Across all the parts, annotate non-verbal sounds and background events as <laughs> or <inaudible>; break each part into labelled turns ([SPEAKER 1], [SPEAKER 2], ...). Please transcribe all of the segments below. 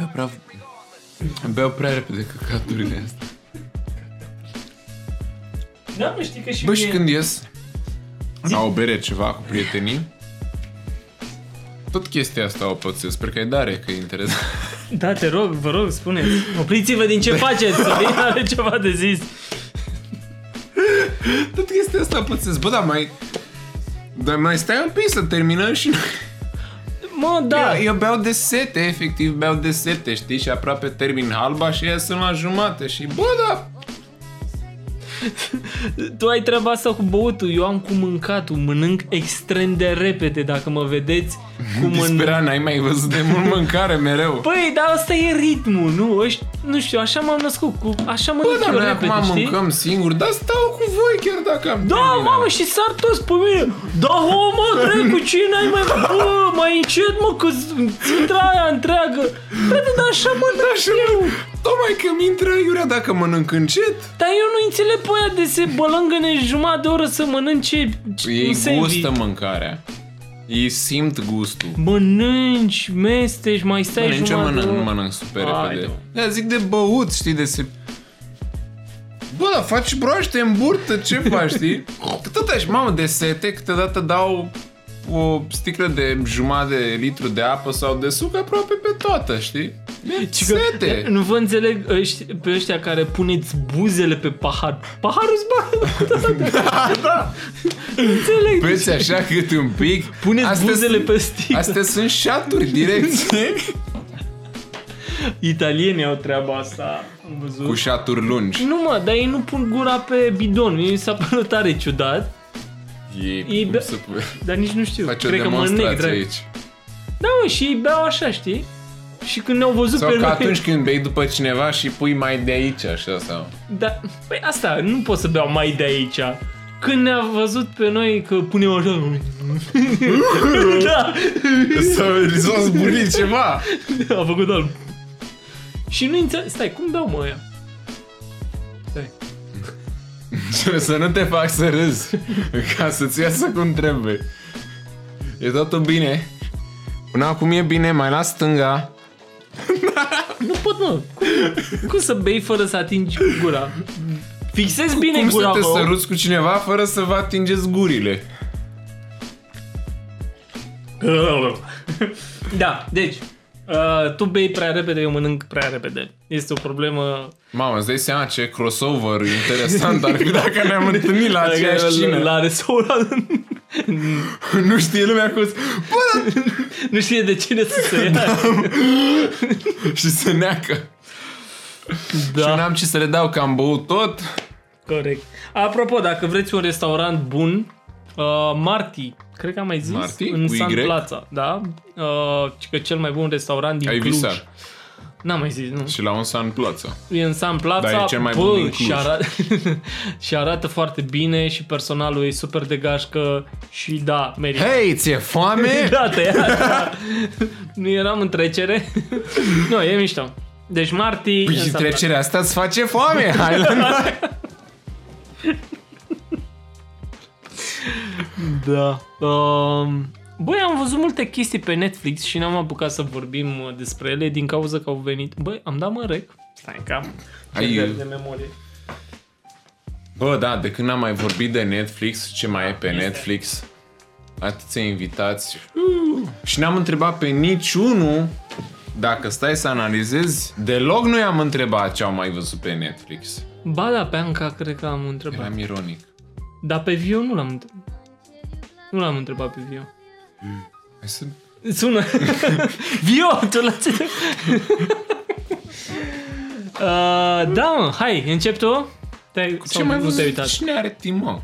[SPEAKER 1] Eu prea... Beau prea repede căcaturile astea.
[SPEAKER 2] Da, mă, știi că și
[SPEAKER 1] Bă, și
[SPEAKER 2] mie-
[SPEAKER 1] când ies la o bere ceva cu prietenii, tot chestia asta o pățesc. Sper că e dare, că e interesant. <laughs>
[SPEAKER 2] Da, te rog, vă rog, spuneți. Opriți-vă din ce faceți, Sorin <laughs> are ceva de zis.
[SPEAKER 1] Tot chestia asta o pățesc. Bă, dar mai... Dar mai stai un pic să terminăm și...
[SPEAKER 2] Mă, da.
[SPEAKER 1] Eu, eu beau de sete, efectiv, beau de sete, știi? Și aproape termin halba și ea sunt la jumate. Și bă, da,
[SPEAKER 2] Tu ai treaba asta cu băutul, eu am cu mâncatul, mănânc extrem de repede, dacă mă vedeți cu mănânc.
[SPEAKER 1] dispera, n-ai mai văzut de mult mâncare mereu.
[SPEAKER 2] Păi, dar asta e ritmul, nu? Ăști, nu știu, așa m-am născut, cu, așa mănânc
[SPEAKER 1] Bă, dar
[SPEAKER 2] eu
[SPEAKER 1] noi
[SPEAKER 2] da, repede,
[SPEAKER 1] acum
[SPEAKER 2] știi?
[SPEAKER 1] mâncăm singur, dar stau cu voi chiar dacă am
[SPEAKER 2] Da,
[SPEAKER 1] terminat.
[SPEAKER 2] mamă, și s-ar toți pe mine. Da, ho, mă, dracu, ce n-ai mai... Bă, mai încet, mă, că intra aia întreagă. Frate, dar așa mănânc
[SPEAKER 1] Așa,
[SPEAKER 2] eu.
[SPEAKER 1] Da, Tocmai că mi intră iurea dacă mănânc încet.
[SPEAKER 2] Dar eu nu înțeleg pe aia de se bălângăne jumătate de oră să mănânce ce- un
[SPEAKER 1] Ei
[SPEAKER 2] sandwich.
[SPEAKER 1] gustă mâncarea. Ei simt gustul.
[SPEAKER 2] Mănânci, mesteci, mai stai
[SPEAKER 1] Mănânc ce
[SPEAKER 2] Păi jumătate de
[SPEAKER 1] mănânc,
[SPEAKER 2] oră.
[SPEAKER 1] nu mănânc super
[SPEAKER 2] Hai,
[SPEAKER 1] repede.
[SPEAKER 2] domnule.
[SPEAKER 1] Da, zic de băut, știi, de se... Bă, dar faci broaște în burtă, ce faci, <laughs> știi? Că tot așa, mamă, de sete, câteodată dau o sticlă de jumătate de litru de apă sau de suc aproape pe toată, știi?
[SPEAKER 2] Și că-
[SPEAKER 1] Sete!
[SPEAKER 2] Nu vă înțeleg ăști, pe ăștia care puneți buzele pe pahar. Paharul îți <laughs> bagă da, da. Înțeleg.
[SPEAKER 1] Peți așa cât un pic. Păi,
[SPEAKER 2] Puneți
[SPEAKER 1] Astea
[SPEAKER 2] buzele
[SPEAKER 1] sunt-
[SPEAKER 2] pe sticlă.
[SPEAKER 1] Astea sunt șaturi direct.
[SPEAKER 2] Italienii au treaba asta, am văzut.
[SPEAKER 1] Cu șaturi lungi.
[SPEAKER 2] Nu mă, dar ei nu pun gura pe bidon. Mi s-a părut tare ciudat,
[SPEAKER 1] E,
[SPEAKER 2] Ei
[SPEAKER 1] cum
[SPEAKER 2] be-
[SPEAKER 1] să
[SPEAKER 2] <laughs>
[SPEAKER 1] pui-
[SPEAKER 2] dar nici nu știu.
[SPEAKER 1] Faci o
[SPEAKER 2] Cred că mă neg,
[SPEAKER 1] demonstrație
[SPEAKER 2] drag.
[SPEAKER 1] aici.
[SPEAKER 2] Da, mă, și ei beau așa, știi? Și când ne-au văzut
[SPEAKER 1] Sau
[SPEAKER 2] pe
[SPEAKER 1] că
[SPEAKER 2] noi...
[SPEAKER 1] atunci când bei după cineva și pui mai de aici, așa, sau...
[SPEAKER 2] <laughs> Da, păi asta, nu pot să beau mai de aici. Când ne-a văzut pe noi că punem așa... <laughs> da,
[SPEAKER 1] <laughs> Să s-a zburit ceva!
[SPEAKER 2] a da, făcut alb. Și nu înțeleg... Stai, cum beau mă ăia? Stai.
[SPEAKER 1] <laughs> Să nu te fac să râzi, <laughs> ca să-ți iasă cum trebuie. E totul bine. Până acum e bine, mai la stânga.
[SPEAKER 2] Nu pot, mă. Cum, cum să bei fără să atingi cu gura? Fixezi bine
[SPEAKER 1] Cum să
[SPEAKER 2] gura,
[SPEAKER 1] te
[SPEAKER 2] bă.
[SPEAKER 1] săruți cu cineva fără să vă atingeți gurile?
[SPEAKER 2] <laughs> Da, deci... Uh, tu bei prea repede, eu mănânc prea repede. Este o problemă...
[SPEAKER 1] Mamă, îți dai seama ce crossover interesant
[SPEAKER 2] <laughs>
[SPEAKER 1] ar fi dacă ne-am întâlnit la aceeași cină.
[SPEAKER 2] La, la restaurant. <laughs>
[SPEAKER 1] Nu știe lumea cum să... Bă, dar
[SPEAKER 2] nu știe de cine să se ia.
[SPEAKER 1] și să neacă. Da. Și n-am ce să le dau, că am băut tot.
[SPEAKER 2] Corect. Apropo, dacă vreți un restaurant bun, uh, Marti, cred că am mai zis,
[SPEAKER 1] Marti?
[SPEAKER 2] în
[SPEAKER 1] Cu
[SPEAKER 2] San
[SPEAKER 1] Y?
[SPEAKER 2] Plaza, da? Uh, ci că cel mai bun restaurant din
[SPEAKER 1] Ai
[SPEAKER 2] Cluj.
[SPEAKER 1] visat.
[SPEAKER 2] N-am mai zis, nu.
[SPEAKER 1] Și la un San Plaza.
[SPEAKER 2] E în San Plaza,
[SPEAKER 1] Dar e cel mai
[SPEAKER 2] bă,
[SPEAKER 1] bun din Cluj.
[SPEAKER 2] și, arată, <laughs> și arată foarte bine și personalul e super de gașcă și da, merită.
[SPEAKER 1] Hei, ți-e <laughs> foame?
[SPEAKER 2] <laughs> Da, tăiat, da. Nu eram în trecere. <laughs> nu, e mișto. Deci Marti... în
[SPEAKER 1] Păi și
[SPEAKER 2] San Plaza.
[SPEAKER 1] trecerea asta îți face foame. <laughs> Hai la noi.
[SPEAKER 2] Da. Um, băi, am văzut multe chestii pe Netflix și n-am apucat să vorbim uh, despre ele din cauza că au venit. Băi, am dat mă rec. Stai că am
[SPEAKER 1] Ai-
[SPEAKER 2] pierderi de memorie.
[SPEAKER 1] Bă, da, de când am mai vorbit de Netflix, ce mai e pe Netflix? Atâția invitați. Și n-am întrebat pe niciunul dacă stai să analizezi, deloc nu i-am întrebat ce au mai văzut pe Netflix.
[SPEAKER 2] Ba da, pe Anca cred că am întrebat.
[SPEAKER 1] Eram ironic.
[SPEAKER 2] Dar pe Vio nu l-am întrebat. Nu l-am întrebat pe Vio.
[SPEAKER 1] Hai să...
[SPEAKER 2] Sună. <laughs> Vio, tu <laughs> l-ați... uh, da, mă, hai, încep tu. Te-ai,
[SPEAKER 1] Ce
[SPEAKER 2] sau
[SPEAKER 1] mai
[SPEAKER 2] nu te-ai
[SPEAKER 1] văzut?
[SPEAKER 2] uitat?
[SPEAKER 1] Cine are Timon?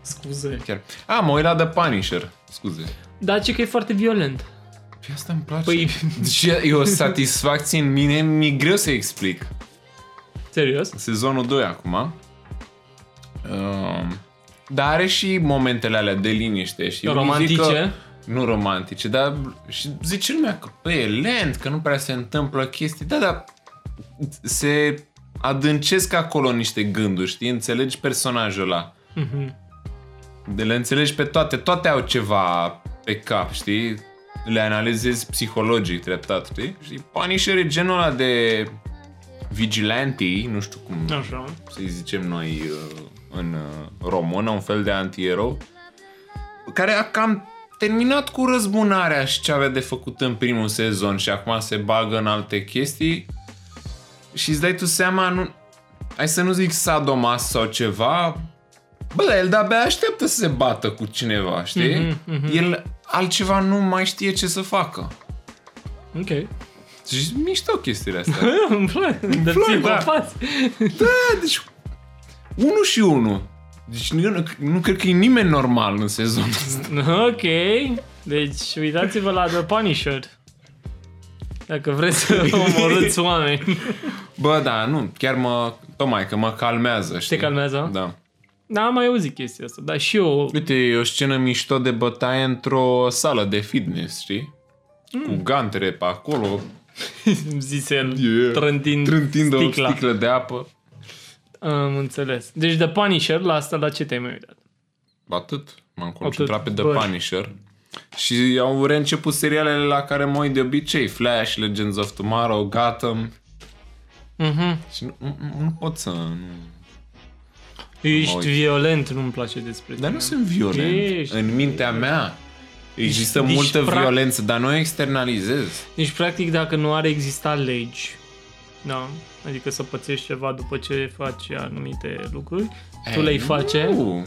[SPEAKER 2] Scuze.
[SPEAKER 1] Chiar. A, mă uit la The Punisher. Scuze.
[SPEAKER 2] Dar ce că e foarte violent.
[SPEAKER 1] Păi asta îmi place. <laughs>
[SPEAKER 2] Păi-
[SPEAKER 1] Deci e e o satisfacție în mine, mi-e greu să explic.
[SPEAKER 2] Serios?
[SPEAKER 1] Sezonul 2 acum. Um, dar are și momentele alea de liniște. Și
[SPEAKER 2] Romantice.
[SPEAKER 1] Zică, nu romantice, dar și zice lumea că bă, e lent, că nu prea se întâmplă chestii. Da, dar se adâncesc acolo niște gânduri, știi? Înțelegi personajul ăla.
[SPEAKER 2] Mhm.
[SPEAKER 1] De le înțelegi pe toate, toate au ceva pe cap, știi? le analizezi psihologic treptat, știi? Și Punisher e genul ăla de vigilante, nu știu cum
[SPEAKER 2] Așa.
[SPEAKER 1] să-i zicem noi uh, în uh, română, un fel de antierou, care a cam terminat cu răzbunarea și ce avea de făcut în primul sezon și acum se bagă în alte chestii și îți dai tu seama, nu... hai să nu zic sadomas sau ceva, bă, dar el de-abia așteaptă să se bată cu cineva, știi?
[SPEAKER 2] Mhm, mhm.
[SPEAKER 1] El altceva nu mai știe ce să facă.
[SPEAKER 2] Ok.
[SPEAKER 1] Și mișto chestiile astea.
[SPEAKER 2] Eh, <laughs> Îmi place. Dar
[SPEAKER 1] place,
[SPEAKER 2] psihopat.
[SPEAKER 1] Da, deci... 1 și 1. Deci nu, nu, nu cred că e nimeni normal în sezonul ăsta.
[SPEAKER 2] Ok. Deci uitați-vă la The Punisher. Dacă vreți să <laughs> omorâți oameni.
[SPEAKER 1] Bă, da, nu, chiar mă... Tocmai că mă calmează, știi?
[SPEAKER 2] Te calmează?
[SPEAKER 1] Da.
[SPEAKER 2] Da, am mai auzit chestia asta, dar și eu...
[SPEAKER 1] Uite, e o scenă mișto de bătaie într-o sală de fitness, știi? Mm. Cu gantere pe acolo,
[SPEAKER 2] Mm. Îmi zise el,
[SPEAKER 1] Yeah.
[SPEAKER 2] yeah. trântind,
[SPEAKER 1] trântind o
[SPEAKER 2] sticla.
[SPEAKER 1] sticlă de apă.
[SPEAKER 2] Am înțeles. Deci The Punisher, la asta la ce te-ai mai uitat?
[SPEAKER 1] Atât. M-am concentrat
[SPEAKER 2] Atât.
[SPEAKER 1] pe The
[SPEAKER 2] Bă.
[SPEAKER 1] Punisher. Și au reînceput serialele la care mă uit de obicei. Flash, Legends of Tomorrow, Gotham.
[SPEAKER 2] Mhm.
[SPEAKER 1] Și nu, nu, nu pot să... Nu,
[SPEAKER 2] Ești
[SPEAKER 1] uit.
[SPEAKER 2] violent, nu-mi place despre
[SPEAKER 1] Dar nu
[SPEAKER 2] tine.
[SPEAKER 1] sunt violent.
[SPEAKER 2] Ești-
[SPEAKER 1] În mintea mea există
[SPEAKER 2] Ești-
[SPEAKER 1] multă
[SPEAKER 2] ești pra-
[SPEAKER 1] violență, dar nu o externalizez.
[SPEAKER 2] Deci, practic, dacă nu ar exista legi, da, adică să pățești ceva după ce faci anumite lucruri, tu
[SPEAKER 1] Ei,
[SPEAKER 2] le-ai face, nu,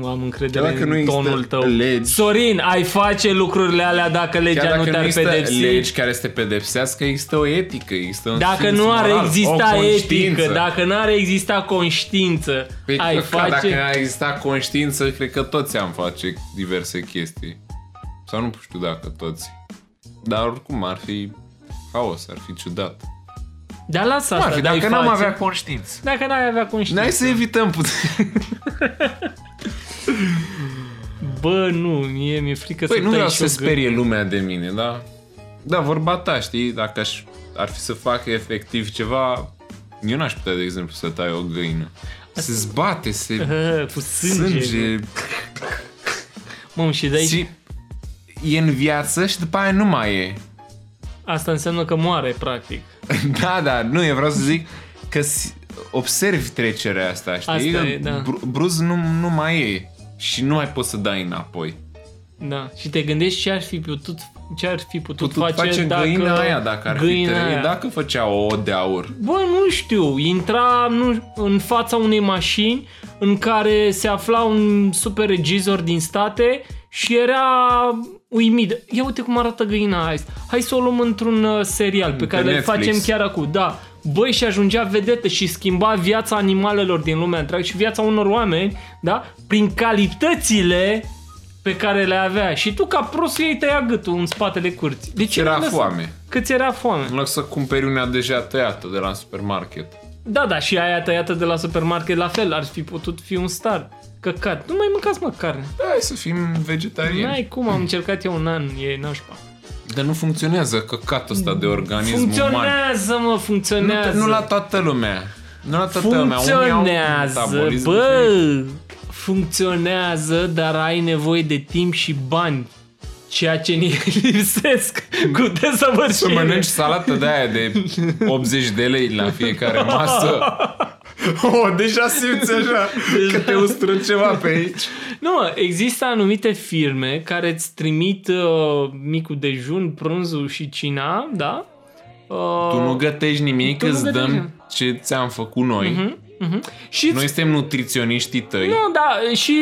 [SPEAKER 1] Nu.
[SPEAKER 2] am încredere
[SPEAKER 1] Chiar dacă
[SPEAKER 2] în
[SPEAKER 1] nu există
[SPEAKER 2] tonul tău.
[SPEAKER 1] legi-
[SPEAKER 2] Sorin, ai face lucrurile alea dacă legea
[SPEAKER 1] Chiar
[SPEAKER 2] nu
[SPEAKER 1] dacă nu
[SPEAKER 2] Deci te-ar
[SPEAKER 1] există
[SPEAKER 2] pedepsi?
[SPEAKER 1] legi care să te pedepsească, există o etică, există un
[SPEAKER 2] Dacă
[SPEAKER 1] simț
[SPEAKER 2] nu ar
[SPEAKER 1] moral,
[SPEAKER 2] exista
[SPEAKER 1] o conștiință.
[SPEAKER 2] etică, dacă nu ar exista conștiință,
[SPEAKER 1] Păi,
[SPEAKER 2] ai
[SPEAKER 1] că,
[SPEAKER 2] face...
[SPEAKER 1] Dacă ar exista conștiință, cred că toți am face diverse chestii. Sau nu știu dacă toți. Dar oricum ar fi haos, ar fi ciudat.
[SPEAKER 2] Dar Da, lasă asta,
[SPEAKER 1] Ar fi,
[SPEAKER 2] dai
[SPEAKER 1] dacă n-am
[SPEAKER 2] face.
[SPEAKER 1] avea conștiință.
[SPEAKER 2] Dacă n-ai avea conștiință.
[SPEAKER 1] N-ai să evităm puțin.
[SPEAKER 2] Bă, nu, mie mi-e frică
[SPEAKER 1] Păi
[SPEAKER 2] să
[SPEAKER 1] nu
[SPEAKER 2] tăi
[SPEAKER 1] vreau
[SPEAKER 2] și
[SPEAKER 1] să
[SPEAKER 2] o <laughs>
[SPEAKER 1] sperie lumea de mine, da? Da, vorba ta, știi? Dacă aș, ar fi să facă efectiv ceva, eu n-aș putea, de exemplu, să tai o găină. Se zbate, se
[SPEAKER 2] gâ- Cu sânge.
[SPEAKER 1] sânge,
[SPEAKER 2] Mă, și de aici
[SPEAKER 1] și e în viață și după aia nu mai e. <laughs>
[SPEAKER 2] asta înseamnă că moare, practic.
[SPEAKER 1] Da, da, nu, eu vreau să zic că s- observi trecerea asta, știi?
[SPEAKER 2] Asta e,
[SPEAKER 1] Bru-
[SPEAKER 2] da.
[SPEAKER 1] Bruz nu, nu mai e și nu mai poți să dai înapoi.
[SPEAKER 2] Da. Și te gândești ce ar fi putut, ce ar fi putut,
[SPEAKER 1] Tu
[SPEAKER 2] face,
[SPEAKER 1] face
[SPEAKER 2] dacă...
[SPEAKER 1] găina aia dacă ar fi da,
[SPEAKER 2] găina
[SPEAKER 1] trăit,
[SPEAKER 2] aia.
[SPEAKER 1] dacă făcea o de aur.
[SPEAKER 2] Bă, nu știu, intra nu, în fața unei mașini în care se afla un super regizor din state și era uimit. Ia uite cum arată găina aia. Hai să o luăm într-un uh, serial pe care îl
[SPEAKER 1] Netflix.
[SPEAKER 2] facem chiar acum. Da. Băi, și ajungea vedetă și schimba viața animalelor din lumea întreagă și viața unor oameni, da? Prin calitățile pe care le avea. Și tu ca prost îi tăia gâtul în spatele curții. De ce
[SPEAKER 1] Era
[SPEAKER 2] nu lăsa-
[SPEAKER 1] foame.
[SPEAKER 2] Că ți era foame.
[SPEAKER 1] În loc să cumperi una deja tăiată de la supermarket.
[SPEAKER 2] Da, da, și aia tăiată de la supermarket la fel, ar fi putut fi un star. Căcat, nu mai mâncați mă carne.
[SPEAKER 1] Da, hai să fim vegetariani.
[SPEAKER 2] N-ai cum, am încercat eu un an, e nașpa.
[SPEAKER 1] Dar nu funcționează căcatul ăsta de organism uman.
[SPEAKER 2] Funcționează, mă,
[SPEAKER 1] Nu,
[SPEAKER 2] funcționează.
[SPEAKER 1] te- nu la toată lumea. Nu la toată lumea. Unii au un
[SPEAKER 2] funcționează,
[SPEAKER 1] metabolism
[SPEAKER 2] bă,
[SPEAKER 1] diferit.
[SPEAKER 2] funcționează, dar ai nevoie de timp și bani. Ceea ce ne <laughs> lipsesc cu desăvârșire.
[SPEAKER 1] Să mănânci salată de aia de 80 de lei la fiecare <laughs> masă. Oh, deja simți așa că te ustură ceva pe aici.
[SPEAKER 2] Nu, mă, există anumite firme care îți trimit uh, micul dejun, prânzul și cina, da? Uh,
[SPEAKER 1] Tu nu gătești nimic,
[SPEAKER 2] Tu nu
[SPEAKER 1] îți
[SPEAKER 2] gătești
[SPEAKER 1] dăm ce ți-am făcut noi.
[SPEAKER 2] Mhm, și
[SPEAKER 1] Noi suntem nutriționiștii tăi.
[SPEAKER 2] Nu, da, și,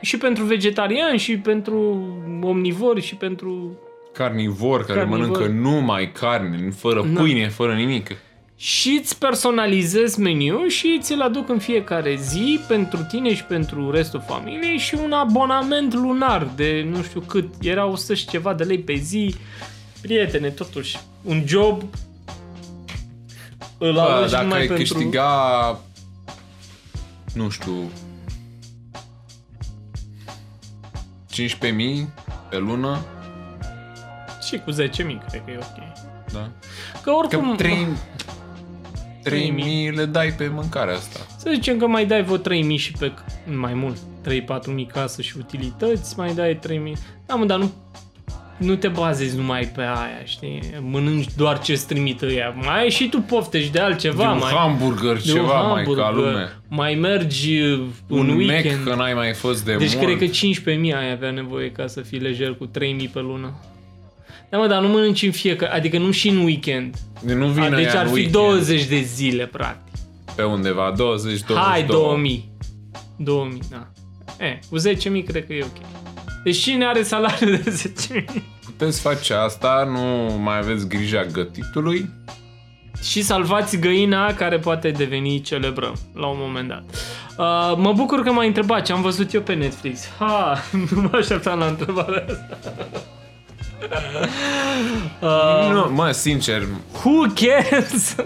[SPEAKER 2] și pentru vegetariani, și pentru omnivori, și pentru...
[SPEAKER 1] carnivor care
[SPEAKER 2] Carnivor.
[SPEAKER 1] mănâncă numai carne, fără
[SPEAKER 2] Da.
[SPEAKER 1] pâine, fără nimic.
[SPEAKER 2] Și îți personalizezi meniu și ți-l aduc în fiecare zi pentru tine și pentru restul familiei și un abonament lunar de nu știu cât. Era 100 și ceva de lei pe zi. Prietene, totuși, un job îl
[SPEAKER 1] Bă,
[SPEAKER 2] aloci
[SPEAKER 1] dacă
[SPEAKER 2] numai
[SPEAKER 1] ai
[SPEAKER 2] pentru...
[SPEAKER 1] câștiga, nu știu, 15.000 pe lună,
[SPEAKER 2] Și cu 10.000 cred că e ok.
[SPEAKER 1] da?
[SPEAKER 2] Că
[SPEAKER 1] Că
[SPEAKER 2] oricum,
[SPEAKER 1] 3,
[SPEAKER 2] 3.000
[SPEAKER 1] 3.000 le dai pe mâncarea asta.
[SPEAKER 2] să zicem că mai dai vreo 3.000 și pe mai mult, 3-4.000 casă și utilități, mai dai 3.000. Da, mă, dar nu nu te bazezi numai pe aia, știi? Mănânci doar ce-ți trimit ea. Mai ai și tu poftești de altceva.
[SPEAKER 1] De un
[SPEAKER 2] mai...
[SPEAKER 1] hamburger,
[SPEAKER 2] de un
[SPEAKER 1] ceva mai
[SPEAKER 2] hamburger,
[SPEAKER 1] ca lume.
[SPEAKER 2] Mai mergi uh, un,
[SPEAKER 1] Un Mac
[SPEAKER 2] weekend.
[SPEAKER 1] că n-ai mai fost de
[SPEAKER 2] deci
[SPEAKER 1] mult.
[SPEAKER 2] cred că 15.000 ai avea nevoie ca să fii lejer cu 3.000 pe lună. Da, mă, dar nu mănânci în fiecare, adică nu și în weekend.
[SPEAKER 1] De Nu vine
[SPEAKER 2] A, deci
[SPEAKER 1] aia
[SPEAKER 2] ar
[SPEAKER 1] în
[SPEAKER 2] fi
[SPEAKER 1] weekend
[SPEAKER 2] 20 de zile, practic.
[SPEAKER 1] Pe undeva, 20, 22.
[SPEAKER 2] Hai, 2000. 2000, da. E, cu 10.000 cred că e ok. Deci cine are salariul de <laughs> 10.000?
[SPEAKER 1] Puteți face asta, nu mai aveți grija gătitului.
[SPEAKER 2] Și salvați găina care poate deveni celebră la un moment dat. Uh, mă bucur că m-ai întrebat ce am văzut eu pe Netflix. Ha, <laughs> nu mă așteptam la întrebarea asta. <laughs> Uh,
[SPEAKER 1] Nu, mă, sincer,
[SPEAKER 2] who cares?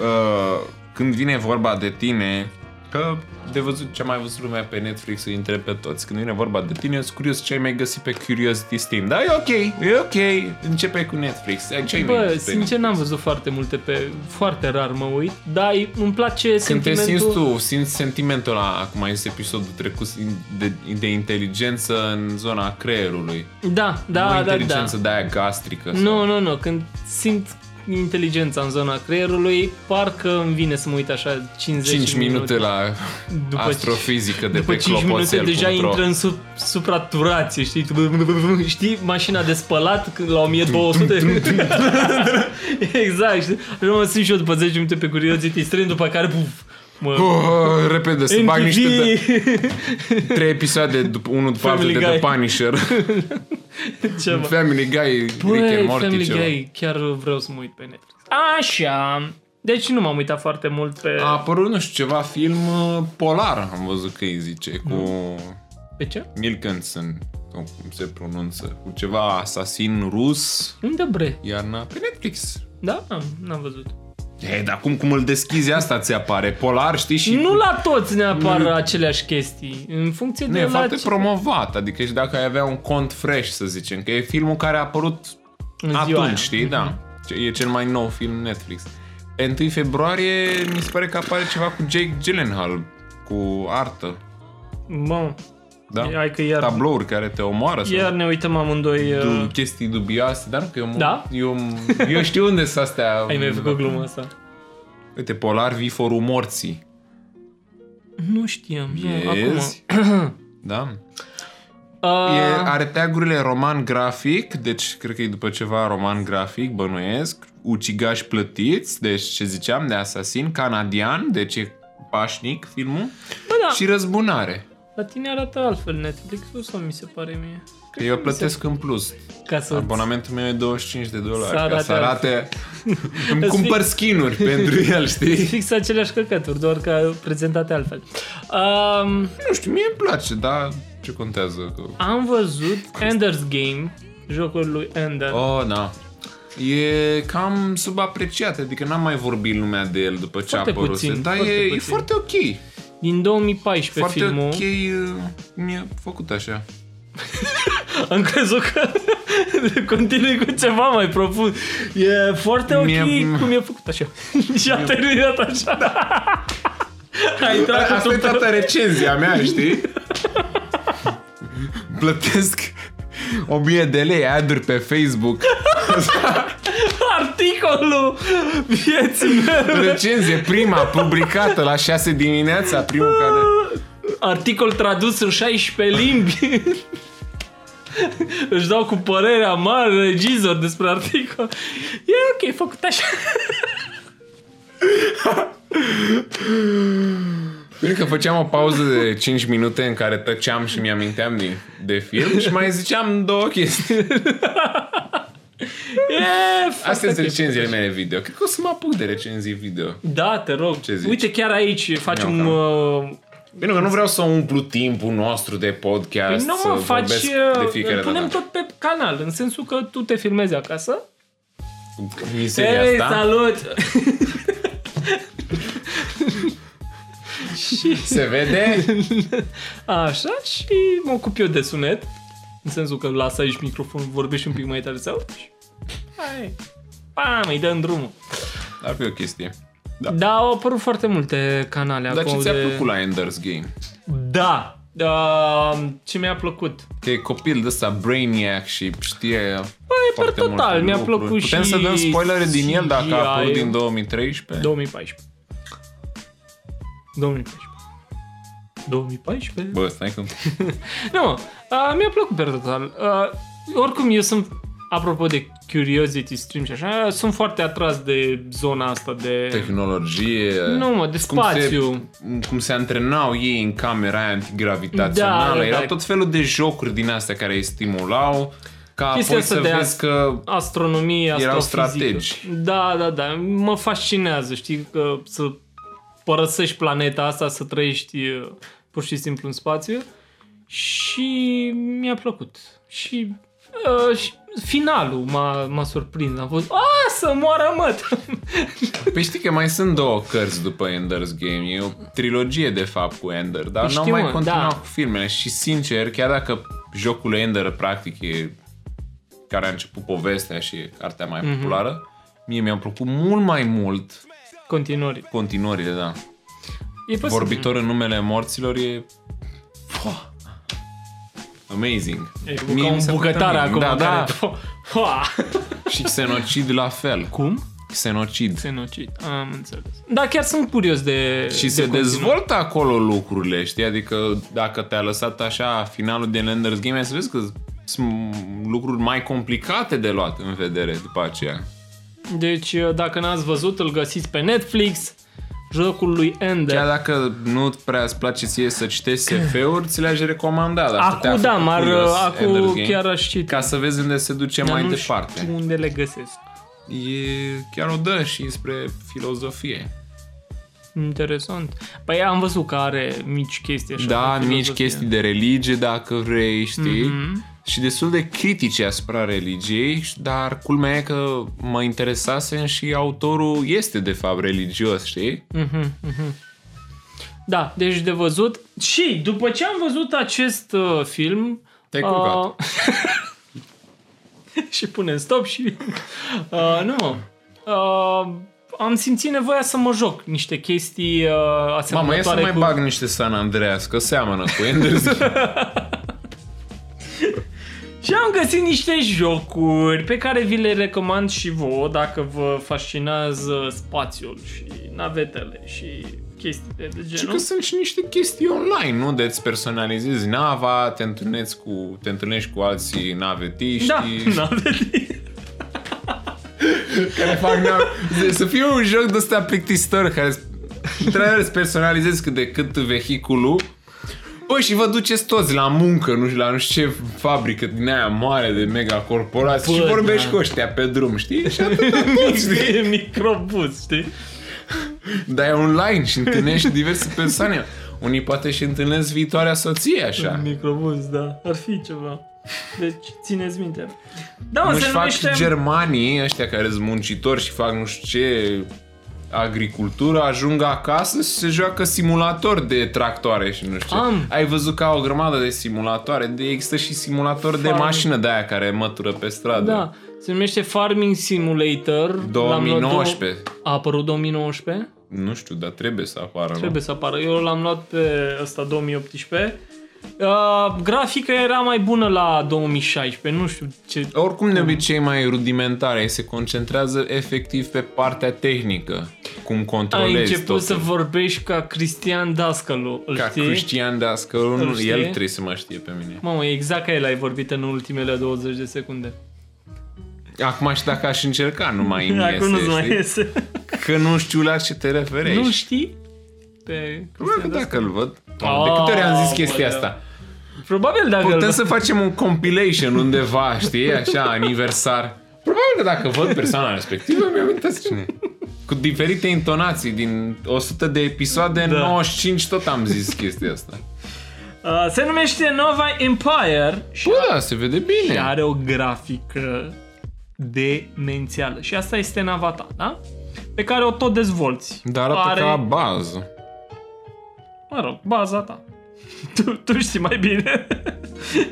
[SPEAKER 1] uh, când vine vorba de tine, că de văzut ce a mai văzut lumea pe Netflix îi întreb pe toți. Când vine vorba de tine, sunt curios ce ai mai găsit pe Curiosity Steam. Da, e ok, e ok. Începe cu Netflix. Ce ai mai
[SPEAKER 2] Bă,
[SPEAKER 1] găsit pe
[SPEAKER 2] sincer n-am văzut foarte multe pe... Foarte rar mă uit, dar îmi place
[SPEAKER 1] Când te simți
[SPEAKER 2] sentimentul...
[SPEAKER 1] tu, simți sentimentul ăla, acum este episodul trecut de, de inteligență în zona creierului.
[SPEAKER 2] Da, da,
[SPEAKER 1] nu
[SPEAKER 2] da, da.
[SPEAKER 1] inteligență de aia gastrică. sau-
[SPEAKER 2] Nu, nu, nu, când simt inteligența în zona creierului, parcă îmi vine să mă uit așa 50
[SPEAKER 1] 5 minute la
[SPEAKER 2] După-
[SPEAKER 1] astrofizică de
[SPEAKER 2] După
[SPEAKER 1] pe
[SPEAKER 2] 5 minute
[SPEAKER 1] clopoțel.ro.
[SPEAKER 2] deja intră în sub, supraturație, știi? <laughs> Știi, mașina de spălat când la 1200. <laughs> exact, știi? Așa mă simt și eu după 10 minute pe Curiosity Stream, după care puf, mă...
[SPEAKER 1] Oh, repede, să bag
[SPEAKER 2] MTV!
[SPEAKER 1] niște de, trei episoade, după, unul după altul
[SPEAKER 2] Family
[SPEAKER 1] de The
[SPEAKER 2] Guy. <laughs>
[SPEAKER 1] Punisher.
[SPEAKER 2] <laughs> Ceva.
[SPEAKER 1] Family Guy, Rick and
[SPEAKER 2] Băi,
[SPEAKER 1] Morty,
[SPEAKER 2] Family
[SPEAKER 1] ceva.
[SPEAKER 2] Guy, chiar vreau să mă uit pe Netflix. Așa. Deci nu m-am uitat foarte mult pe...
[SPEAKER 1] A apărut, nu știu, ceva film uh, polar, am văzut că îi zice, cu
[SPEAKER 2] Pe ce?
[SPEAKER 1] Milkinson, sau cum se pronunță, cu ceva asasin rus,
[SPEAKER 2] Unde bre?
[SPEAKER 1] iarna, pe Netflix.
[SPEAKER 2] Da, n-am, n-am văzut.
[SPEAKER 1] E, dar cum, cum îl deschizi asta ți apare? Polar, știi? Și
[SPEAKER 2] Nu la toți ne apar aceleași chestii. În funcție
[SPEAKER 1] Nu,
[SPEAKER 2] de
[SPEAKER 1] e
[SPEAKER 2] la
[SPEAKER 1] foarte
[SPEAKER 2] ce...
[SPEAKER 1] promovat, adică și dacă ai avea un cont fresh, să zicem, că e filmul care a apărut
[SPEAKER 2] în ziua aia. Mhm.
[SPEAKER 1] atunci, știi, da. Ce- E cel mai nou film Netflix. Pe 1 februarie mi se pare că apare ceva cu Jake Gyllenhaal, cu artă,
[SPEAKER 2] Bă,
[SPEAKER 1] da?
[SPEAKER 2] hai că iar,
[SPEAKER 1] Tablouri care te omoară sau
[SPEAKER 2] iar ne uităm amândoi...
[SPEAKER 1] du-
[SPEAKER 2] Uh,
[SPEAKER 1] chestii dubioase, dar nu că eu, mă-
[SPEAKER 2] Da?
[SPEAKER 1] eu, eu știu unde sunt astea.
[SPEAKER 2] ai mai făcut gluma asta?
[SPEAKER 1] Uite, Polar Viforul Morții.
[SPEAKER 2] Nu știam. nu, <clears throat>
[SPEAKER 1] Yes. da?
[SPEAKER 2] Acum. Uh,
[SPEAKER 1] E, are teagurile roman grafic, deci cred că e după ceva roman grafic, bănuiesc, ucigași plătiți, deci ce ziceam, de asasin, canadian, deci e pașnic filmul,
[SPEAKER 2] Bă, da,
[SPEAKER 1] și răzbunare.
[SPEAKER 2] la tine arată altfel Netflix-ul sau mi se pare mie?
[SPEAKER 1] Că eu plătesc în plus.
[SPEAKER 2] Ca să...
[SPEAKER 1] Abonamentul meu e 25 de
[SPEAKER 2] Să
[SPEAKER 1] dolari, ca să
[SPEAKER 2] arate
[SPEAKER 1] arate... <laughs> Îmi cumpăr skin-uri pentru el,
[SPEAKER 2] <laughs>
[SPEAKER 1] știi?
[SPEAKER 2] Fix aceleași căcături, doar că prezentate altfel. Um,
[SPEAKER 1] Nu știu, mie îmi place, dar ce contează? Că...
[SPEAKER 2] am văzut Ender's Game, jocul lui Ender.
[SPEAKER 1] Oh, da. E cam subapreciat, adică n-am mai vorbit lumea de el după ce
[SPEAKER 2] Foarte
[SPEAKER 1] a apărut.
[SPEAKER 2] puțin,
[SPEAKER 1] dar
[SPEAKER 2] foarte
[SPEAKER 1] e, e
[SPEAKER 2] puțin.
[SPEAKER 1] foarte ok.
[SPEAKER 2] Din 2014
[SPEAKER 1] foarte
[SPEAKER 2] filmul.
[SPEAKER 1] ok. uh, Mi-a făcut așa.
[SPEAKER 2] Am crezut că <laughs> continui cu ceva mai profund. E foarte ok
[SPEAKER 1] Mie-
[SPEAKER 2] cum e făcut așa. și a terminat așa. A intrat
[SPEAKER 1] A-
[SPEAKER 2] <laughs>
[SPEAKER 1] Asta e
[SPEAKER 2] într-un
[SPEAKER 1] toată recenzia mea, știi? <laughs> Plătesc 1000 de lei ad pe Facebook.
[SPEAKER 2] articolul vieții mele.
[SPEAKER 1] Recenzie prima publicată la 6 dimineața, primul care...
[SPEAKER 2] Articol tradus în 16 limbi. Își dau cu părerea mare regizor despre articol. E ok, făcut așa.
[SPEAKER 1] Pentru că făceam o pauză de 5 minute în care tăceam și mi-aminteam de, de film și mai ziceam două chestii.
[SPEAKER 2] E
[SPEAKER 1] Astea
[SPEAKER 2] foarte
[SPEAKER 1] sunt
[SPEAKER 2] ok.
[SPEAKER 1] recenziile mele video. Cred că o să mă apuc de recenzii video.
[SPEAKER 2] Da, te rog.
[SPEAKER 1] Ce zici?
[SPEAKER 2] Uite, chiar aici facem...
[SPEAKER 1] cam.
[SPEAKER 2] uh,
[SPEAKER 1] Bine că nu vreau să umplu timpul nostru de podcast,
[SPEAKER 2] Păi Nu
[SPEAKER 1] să
[SPEAKER 2] mă faci,
[SPEAKER 1] vorbesc de
[SPEAKER 2] uh,
[SPEAKER 1] fiecare
[SPEAKER 2] îl punem
[SPEAKER 1] dată.
[SPEAKER 2] tot pe canal, în sensul că tu te filmezi acasă.
[SPEAKER 1] Mizeria
[SPEAKER 2] Ei,
[SPEAKER 1] asta <laughs>
[SPEAKER 2] salut!
[SPEAKER 1] se vede.
[SPEAKER 2] <laughs> Așa, și mă ocup eu de sunet, în sensul că las aici microfonul, vorbești un pic mai tare sau... și- Hai, pam, îi dăm drumul.
[SPEAKER 1] Ar fi o chestie. Da.
[SPEAKER 2] Da, au apărut foarte multe canale
[SPEAKER 1] Dar
[SPEAKER 2] acum
[SPEAKER 1] ce ți-a
[SPEAKER 2] de...
[SPEAKER 1] plăcut la Ender's Game?
[SPEAKER 2] Da, Uh, ce mi-a plăcut?
[SPEAKER 1] Că e copil de ăsta brainiac și știe
[SPEAKER 2] Băi, per
[SPEAKER 1] foarte
[SPEAKER 2] total,
[SPEAKER 1] multe
[SPEAKER 2] mi-a
[SPEAKER 1] lucruri.
[SPEAKER 2] plăcut
[SPEAKER 1] Putem
[SPEAKER 2] și
[SPEAKER 1] să dăm spoilere din el dacă a apărut
[SPEAKER 2] CGI.
[SPEAKER 1] din 2013?
[SPEAKER 2] 2014. 2014. 2014?
[SPEAKER 1] Bă, stai
[SPEAKER 2] <laughs>
[SPEAKER 1] că...
[SPEAKER 2] Nu, uh, mi-a plăcut per total. Uh, oricum, eu sunt, apropo de Curiosity Stream și așa, sunt foarte atras de zona asta de...
[SPEAKER 1] Tehnologie...
[SPEAKER 2] Nu, mă, de spațiu.
[SPEAKER 1] Cum se, cum se antrenau ei în camera aia antigravitațională.
[SPEAKER 2] Da, da,
[SPEAKER 1] Erau
[SPEAKER 2] da.
[SPEAKER 1] tot felul de jocuri din astea care îi stimulau ca
[SPEAKER 2] Chestia
[SPEAKER 1] apoi
[SPEAKER 2] asta
[SPEAKER 1] să
[SPEAKER 2] de a-
[SPEAKER 1] vezi că
[SPEAKER 2] Astronomie,
[SPEAKER 1] Erau
[SPEAKER 2] astrofizică.
[SPEAKER 1] strategi.
[SPEAKER 2] Da, da, da. Mă fascinează, știi, că să părăsești planeta asta, să trăiești uh, pur și simplu în spațiu. Și mi-a plăcut. Și, uh, și finalul m-a, m-a surprins. Am fost, a, să moară măt!
[SPEAKER 1] Păi știi că mai sunt două cărți după Ender's Game. E o trilogie, de fapt, cu Ender, dar
[SPEAKER 2] Păi
[SPEAKER 1] n-au
[SPEAKER 2] știu,
[SPEAKER 1] mai
[SPEAKER 2] mă,
[SPEAKER 1] continuat
[SPEAKER 2] da.
[SPEAKER 1] cu filmele. Și, sincer, chiar dacă jocul Ender, practic, e care a început povestea și e cartea mai
[SPEAKER 2] Mhm.
[SPEAKER 1] populară, mie mi-a plăcut mult mai mult
[SPEAKER 2] <laughs> Continuări.
[SPEAKER 1] continuările, da.
[SPEAKER 2] E posibil.
[SPEAKER 1] Vorbitor în numele morților e... Pua! Amazing.
[SPEAKER 2] E ca
[SPEAKER 1] Mie mi
[SPEAKER 2] un
[SPEAKER 1] s-a făcut
[SPEAKER 2] bucătar
[SPEAKER 1] amazing.
[SPEAKER 2] acum.
[SPEAKER 1] Da, da.
[SPEAKER 2] care- <laughs> Ha!
[SPEAKER 1] Și Xenocid la fel.
[SPEAKER 2] Cum?
[SPEAKER 1] Xenocid.
[SPEAKER 2] Xenocid. Am înțeles. Da, chiar sunt curios de...
[SPEAKER 1] Și
[SPEAKER 2] de
[SPEAKER 1] se
[SPEAKER 2] continuare.
[SPEAKER 1] dezvoltă acolo lucrurile, știi? Adică dacă te-a lăsat așa finalul de Ender's Game, ai să vezi că sunt lucruri mai complicate de luat în vedere după aceea.
[SPEAKER 2] Deci, dacă n-ați văzut, îl găsiți pe Netflix, jocul lui
[SPEAKER 1] Chiar
[SPEAKER 2] Ender.
[SPEAKER 1] dacă nu prea îți place ție să citești SF-uri, ți le-aș recomanda. dacă te-a
[SPEAKER 2] Acu, da,
[SPEAKER 1] făcut
[SPEAKER 2] m-ar,
[SPEAKER 1] curios Ender's
[SPEAKER 2] acu
[SPEAKER 1] Game,
[SPEAKER 2] chiar aș citi.
[SPEAKER 1] Ca să vezi unde se duce
[SPEAKER 2] dar
[SPEAKER 1] mai
[SPEAKER 2] nu
[SPEAKER 1] departe.
[SPEAKER 2] știu unde le găsesc.
[SPEAKER 1] E chiar o dă și spre filozofie.
[SPEAKER 2] Interesant. Păi am văzut că are mici chestii așa.
[SPEAKER 1] Da,
[SPEAKER 2] de
[SPEAKER 1] mici
[SPEAKER 2] filozofie.
[SPEAKER 1] chestii de religie, dacă vrei, știi? Și destul de critice asupra religiei, dar culmea e că mă interesase și autorul este de fapt religios, știi?
[SPEAKER 2] Da, deci de văzut. Și după ce am văzut acest uh, film... uh,
[SPEAKER 1] Te-ai culcat.
[SPEAKER 2] <laughs> și punem stop și... Uh, nu mă. Uh, am simțit nevoia să mă joc niște chestii uh,
[SPEAKER 1] Mamă, e să
[SPEAKER 2] asemănătoare
[SPEAKER 1] mai
[SPEAKER 2] cu...
[SPEAKER 1] bag niște San Andreas, că seamănă cu <laughs> Ender's Game.
[SPEAKER 2] Și am găsit niște jocuri pe care vi le recomand și vouă dacă vă fascinează spațiul și navetele și chestii de
[SPEAKER 1] Și
[SPEAKER 2] genul.
[SPEAKER 1] că sunt și niște chestii online, nu? De îți personalizezi nava, te întâlnești cu, te întâlnești cu alții navetiști.
[SPEAKER 2] Da, <laughs> navete.
[SPEAKER 1] care fac nav- Să fie un joc de ăsta plictisitor care într-adevăr îți personalizezi cât de cât vehiculul Bă, și vă duceți toți la muncă, nu știu, la nu știu ce fabrică din aia mare de mega corporații
[SPEAKER 2] Bă,
[SPEAKER 1] și vorbești
[SPEAKER 2] da.
[SPEAKER 1] cu ăștia pe drum, știi? Și atât,
[SPEAKER 2] microbus, știi?
[SPEAKER 1] dar e online și întâlnești diverse persoane. Unii poate și întâlnesc viitoarea soție, așa.
[SPEAKER 2] Microbus, da. Ar fi ceva. Deci, țineți minte. Da, mă,
[SPEAKER 1] nu-și
[SPEAKER 2] se
[SPEAKER 1] fac
[SPEAKER 2] numește...
[SPEAKER 1] germanii, ăștia care sunt muncitori și fac nu știu ce agricultură, ajung acasă și se joacă simulator de tractoare și nu știu ce.
[SPEAKER 2] Am.
[SPEAKER 1] Ai văzut că au o grămadă de simulatoare, de există și simulator de
[SPEAKER 2] Farm.
[SPEAKER 1] mașină de aia care mătură pe stradă.
[SPEAKER 2] Da, se numește Farming Simulator. L-am luat
[SPEAKER 1] 2019.
[SPEAKER 2] dou- A apărut 2019?
[SPEAKER 1] Nu știu, dar trebuie să apară. nu?
[SPEAKER 2] Trebuie să apară. Eu l-am luat pe ăsta 2018. Uh, grafica era mai bună la 2016, nu știu ce...
[SPEAKER 1] Oricum, de obicei, mai rudimentare, se concentrează efectiv pe partea tehnică, cum
[SPEAKER 2] Ai
[SPEAKER 1] controlezi
[SPEAKER 2] început
[SPEAKER 1] totul.
[SPEAKER 2] să vorbești ca Cristian Dascălu, îl
[SPEAKER 1] Ca
[SPEAKER 2] știi?
[SPEAKER 1] Cristian Dascălu,
[SPEAKER 2] știi?
[SPEAKER 1] el trebuie să mă știe pe mine.
[SPEAKER 2] Mamă, e exact ca el ai vorbit în ultimele 20 de secunde.
[SPEAKER 1] Acum și dacă aș încerca, nu
[SPEAKER 2] <laughs>
[SPEAKER 1] mai îmi iese,
[SPEAKER 2] Acum nu-ți mai
[SPEAKER 1] știi?
[SPEAKER 2] iese.
[SPEAKER 1] Că nu știu la ce te referești.
[SPEAKER 2] Nu
[SPEAKER 1] Nu
[SPEAKER 2] știi? Pe
[SPEAKER 1] știu.
[SPEAKER 2] Cristian Dascălu.
[SPEAKER 1] dacă îl văd. Doamne, de câte ori am zis chestia
[SPEAKER 2] bă, da.
[SPEAKER 1] asta?
[SPEAKER 2] Probabil dacă
[SPEAKER 1] Putem
[SPEAKER 2] îl...
[SPEAKER 1] să facem un compilation undeva, știi?
[SPEAKER 2] <laughs>
[SPEAKER 1] Așa, aniversar. Probabil că dacă văd persoana respectivă, mi-am amintesc cine e. Cu diferite intonații din 100 de episoade,
[SPEAKER 2] Da.
[SPEAKER 1] da. 95 tot am zis chestia asta.
[SPEAKER 2] Uh, se numește Nova Empire și
[SPEAKER 1] Bă, da, se vede
[SPEAKER 2] Și
[SPEAKER 1] bine.
[SPEAKER 2] are o grafică demențială. Și asta este nava ta, da? Pe care o tot dezvolți.
[SPEAKER 1] Dar arată
[SPEAKER 2] are,
[SPEAKER 1] ca la bază.
[SPEAKER 2] Mă rog, baza ta. <laughs> Tu, tu știi mai bine.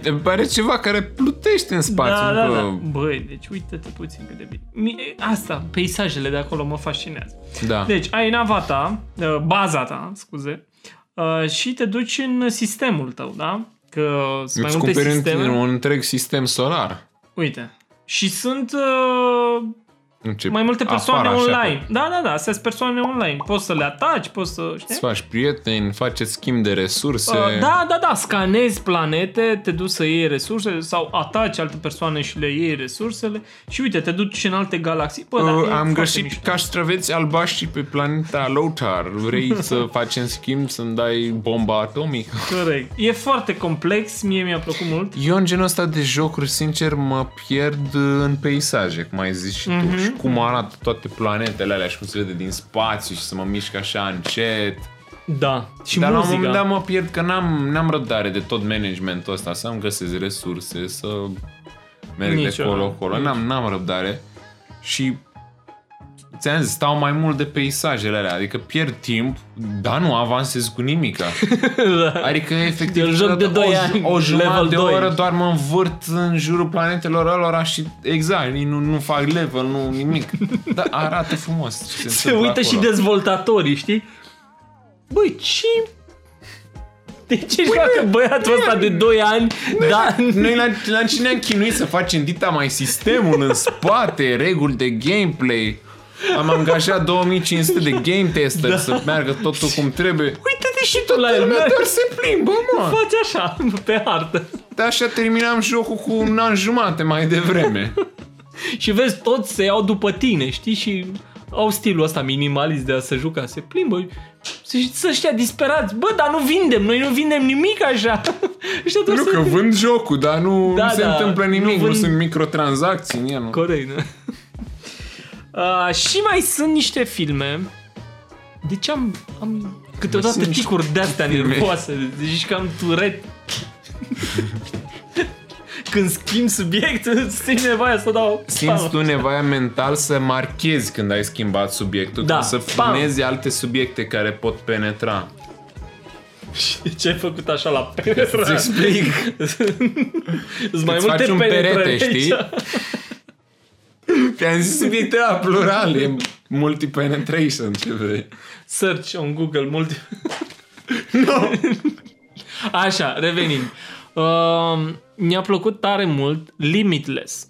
[SPEAKER 1] Îmi pare ceva care plutește în spațiu.
[SPEAKER 2] da,
[SPEAKER 1] că-
[SPEAKER 2] da. Băi, deci uite-te puțin cât de bine. Mie- Asta, peisajele de acolo mă fascinează.
[SPEAKER 1] da.
[SPEAKER 2] Deci, ai nava ta, uh, baza ta, scuze, uh, uh, și te duci în sistemul tău, da? Că sunt mai
[SPEAKER 1] Îți
[SPEAKER 2] multe
[SPEAKER 1] cumperi
[SPEAKER 2] sisteme.
[SPEAKER 1] sisteme? un întreg sistem solar.
[SPEAKER 2] Uite. Și sunt uh,
[SPEAKER 1] Nu ce-
[SPEAKER 2] mai multe persoane
[SPEAKER 1] afară, așa,
[SPEAKER 2] online. Da, da, da, sunt persoane online. Poți să le ataci, poți să, știi?
[SPEAKER 1] Îți faci prieteni, faceți schimb de resurse.
[SPEAKER 2] Uh, Eh? Da, da, da, scanezi planete, te duci să iei resurse sau ataci alte persoane și le iei resursele și uite, te duci și în alte galaxii. Bă, da, e
[SPEAKER 1] Uh,
[SPEAKER 2] foarte
[SPEAKER 1] am găsit
[SPEAKER 2] mișto.
[SPEAKER 1] castraveți albaștri pe planeta Lothar. Vrei
[SPEAKER 2] <laughs>
[SPEAKER 1] să facem schimb, să-mi dai bomba atomică?
[SPEAKER 2] Corect. E foarte complex, mie mi-a plăcut mult.
[SPEAKER 1] Eu în genul ăsta de jocuri, sincer, mă pierd uh, în peisaje, cum ai zis și tu.
[SPEAKER 2] Mhm.
[SPEAKER 1] Și cum arată toate planetele alea și cum se vede din spațiu și să mă mișc așa încet.
[SPEAKER 2] Da. Și
[SPEAKER 1] Dar la un
[SPEAKER 2] muzica.
[SPEAKER 1] moment dat mă pierd că n-am, n-am răbdare de tot managementul ăsta, să-mi găsesc resurse, să merg
[SPEAKER 2] Nici
[SPEAKER 1] de
[SPEAKER 2] eu
[SPEAKER 1] colo,
[SPEAKER 2] n-am.
[SPEAKER 1] colo.
[SPEAKER 2] Nici.
[SPEAKER 1] N-am, n-am răbdare. Și ți-am zis, stau mai mult de peisajele alea, adică pierd timp, dar nu avansez cu
[SPEAKER 2] <laughs>
[SPEAKER 1] nimica.
[SPEAKER 2] <laughs> Da.
[SPEAKER 1] Adică efectiv
[SPEAKER 2] un joc de
[SPEAKER 1] o,
[SPEAKER 2] doi
[SPEAKER 1] ju-
[SPEAKER 2] ani,
[SPEAKER 1] o jumătate
[SPEAKER 2] level
[SPEAKER 1] de
[SPEAKER 2] doi.
[SPEAKER 1] oră doar mă învârt în jurul planetelor alora și exact, nu, nu fac level, nu
[SPEAKER 2] <laughs>
[SPEAKER 1] nimic. Dar arată frumos. ce
[SPEAKER 2] Se
[SPEAKER 1] întâmplă
[SPEAKER 2] uită și
[SPEAKER 1] acolo.
[SPEAKER 2] dezvoltatorii, știi? Băi, ce... De ce joacă băiatul ăsta de 2 ani? Da,
[SPEAKER 1] Noi la, la cine am chinuit să facem dita mai sistemul în spate, reguli de gameplay. Am angajat 2500 de game tester da. să meargă totul cum trebuie.
[SPEAKER 2] <laughs> uite-te și tu la el.
[SPEAKER 1] Lumea
[SPEAKER 2] mergi,
[SPEAKER 1] doar se plimbă, mă.
[SPEAKER 2] Faci așa, pe hartă.
[SPEAKER 1] Dar așa terminam jocul cu un an jumate mai devreme.
[SPEAKER 2] Și vezi, toți se iau după tine, știi? Și au stilul ăsta minimalist de a se juca, se plimbă. Să ăștia disperați. Bă, dar nu vindem, noi nu vindem nimic așa. <laughs> Ăștia doar
[SPEAKER 1] Nu
[SPEAKER 2] se-
[SPEAKER 1] că vând jocul, dar nu,
[SPEAKER 2] Da,
[SPEAKER 1] nu se
[SPEAKER 2] da,
[SPEAKER 1] întâmplă
[SPEAKER 2] nu
[SPEAKER 1] nimic, nu,
[SPEAKER 2] vând-
[SPEAKER 1] sunt microtransacții în el. nu.
[SPEAKER 2] Corect, nu? <laughs> Uh, și mai sunt niște filme. De ce am, am câteodată
[SPEAKER 1] Mai sunt
[SPEAKER 2] ticuri de-astea
[SPEAKER 1] filme.
[SPEAKER 2] nervoase? Zici că am
[SPEAKER 1] <laughs>
[SPEAKER 2] turet. Când schimb subiectul, simți nevoia să dau...
[SPEAKER 1] Simți
[SPEAKER 2] pam.
[SPEAKER 1] tu nevoia mental să marchezi când ai schimbat subiectul,
[SPEAKER 2] Da,
[SPEAKER 1] ca să
[SPEAKER 2] pam.
[SPEAKER 1] frânezi alte subiecte care pot penetra.
[SPEAKER 2] Și de <laughs> ce ai făcut așa la
[SPEAKER 1] Îți
[SPEAKER 2] peretra?
[SPEAKER 1] explic.
[SPEAKER 2] Sunt mai
[SPEAKER 1] Îți
[SPEAKER 2] multe
[SPEAKER 1] faci un
[SPEAKER 2] penetrări
[SPEAKER 1] perete,
[SPEAKER 2] aici.
[SPEAKER 1] știi? Te-am zis subiecte la plural, e multipenetration, ce vrei.
[SPEAKER 2] <laughs> Search on Google multi...
[SPEAKER 1] <laughs>
[SPEAKER 2] no. <laughs> Așa, revenim. Uh, mi-a plăcut tare mult Limitless.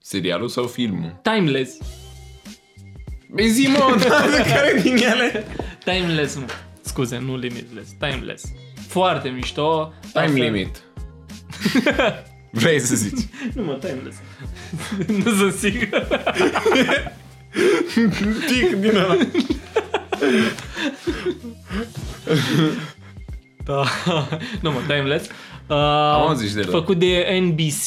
[SPEAKER 1] Serialul sau filmul?
[SPEAKER 2] Timeless.
[SPEAKER 1] Băi zi mă, <laughs> dar care din ele?
[SPEAKER 2] Timeless, nu. Scuze, nu Limitless. Timeless. Foarte mișto.
[SPEAKER 1] Time
[SPEAKER 2] Asta-
[SPEAKER 1] limit. <laughs> Vrei să zici?
[SPEAKER 2] Nu mă, Timeless. <laughs> nu sunt sigur.
[SPEAKER 1] Tic din ăla.
[SPEAKER 2] Da. <laughs> nu mă, Timeless. Uh,
[SPEAKER 1] auzit și de el.
[SPEAKER 2] Făcut de NBC.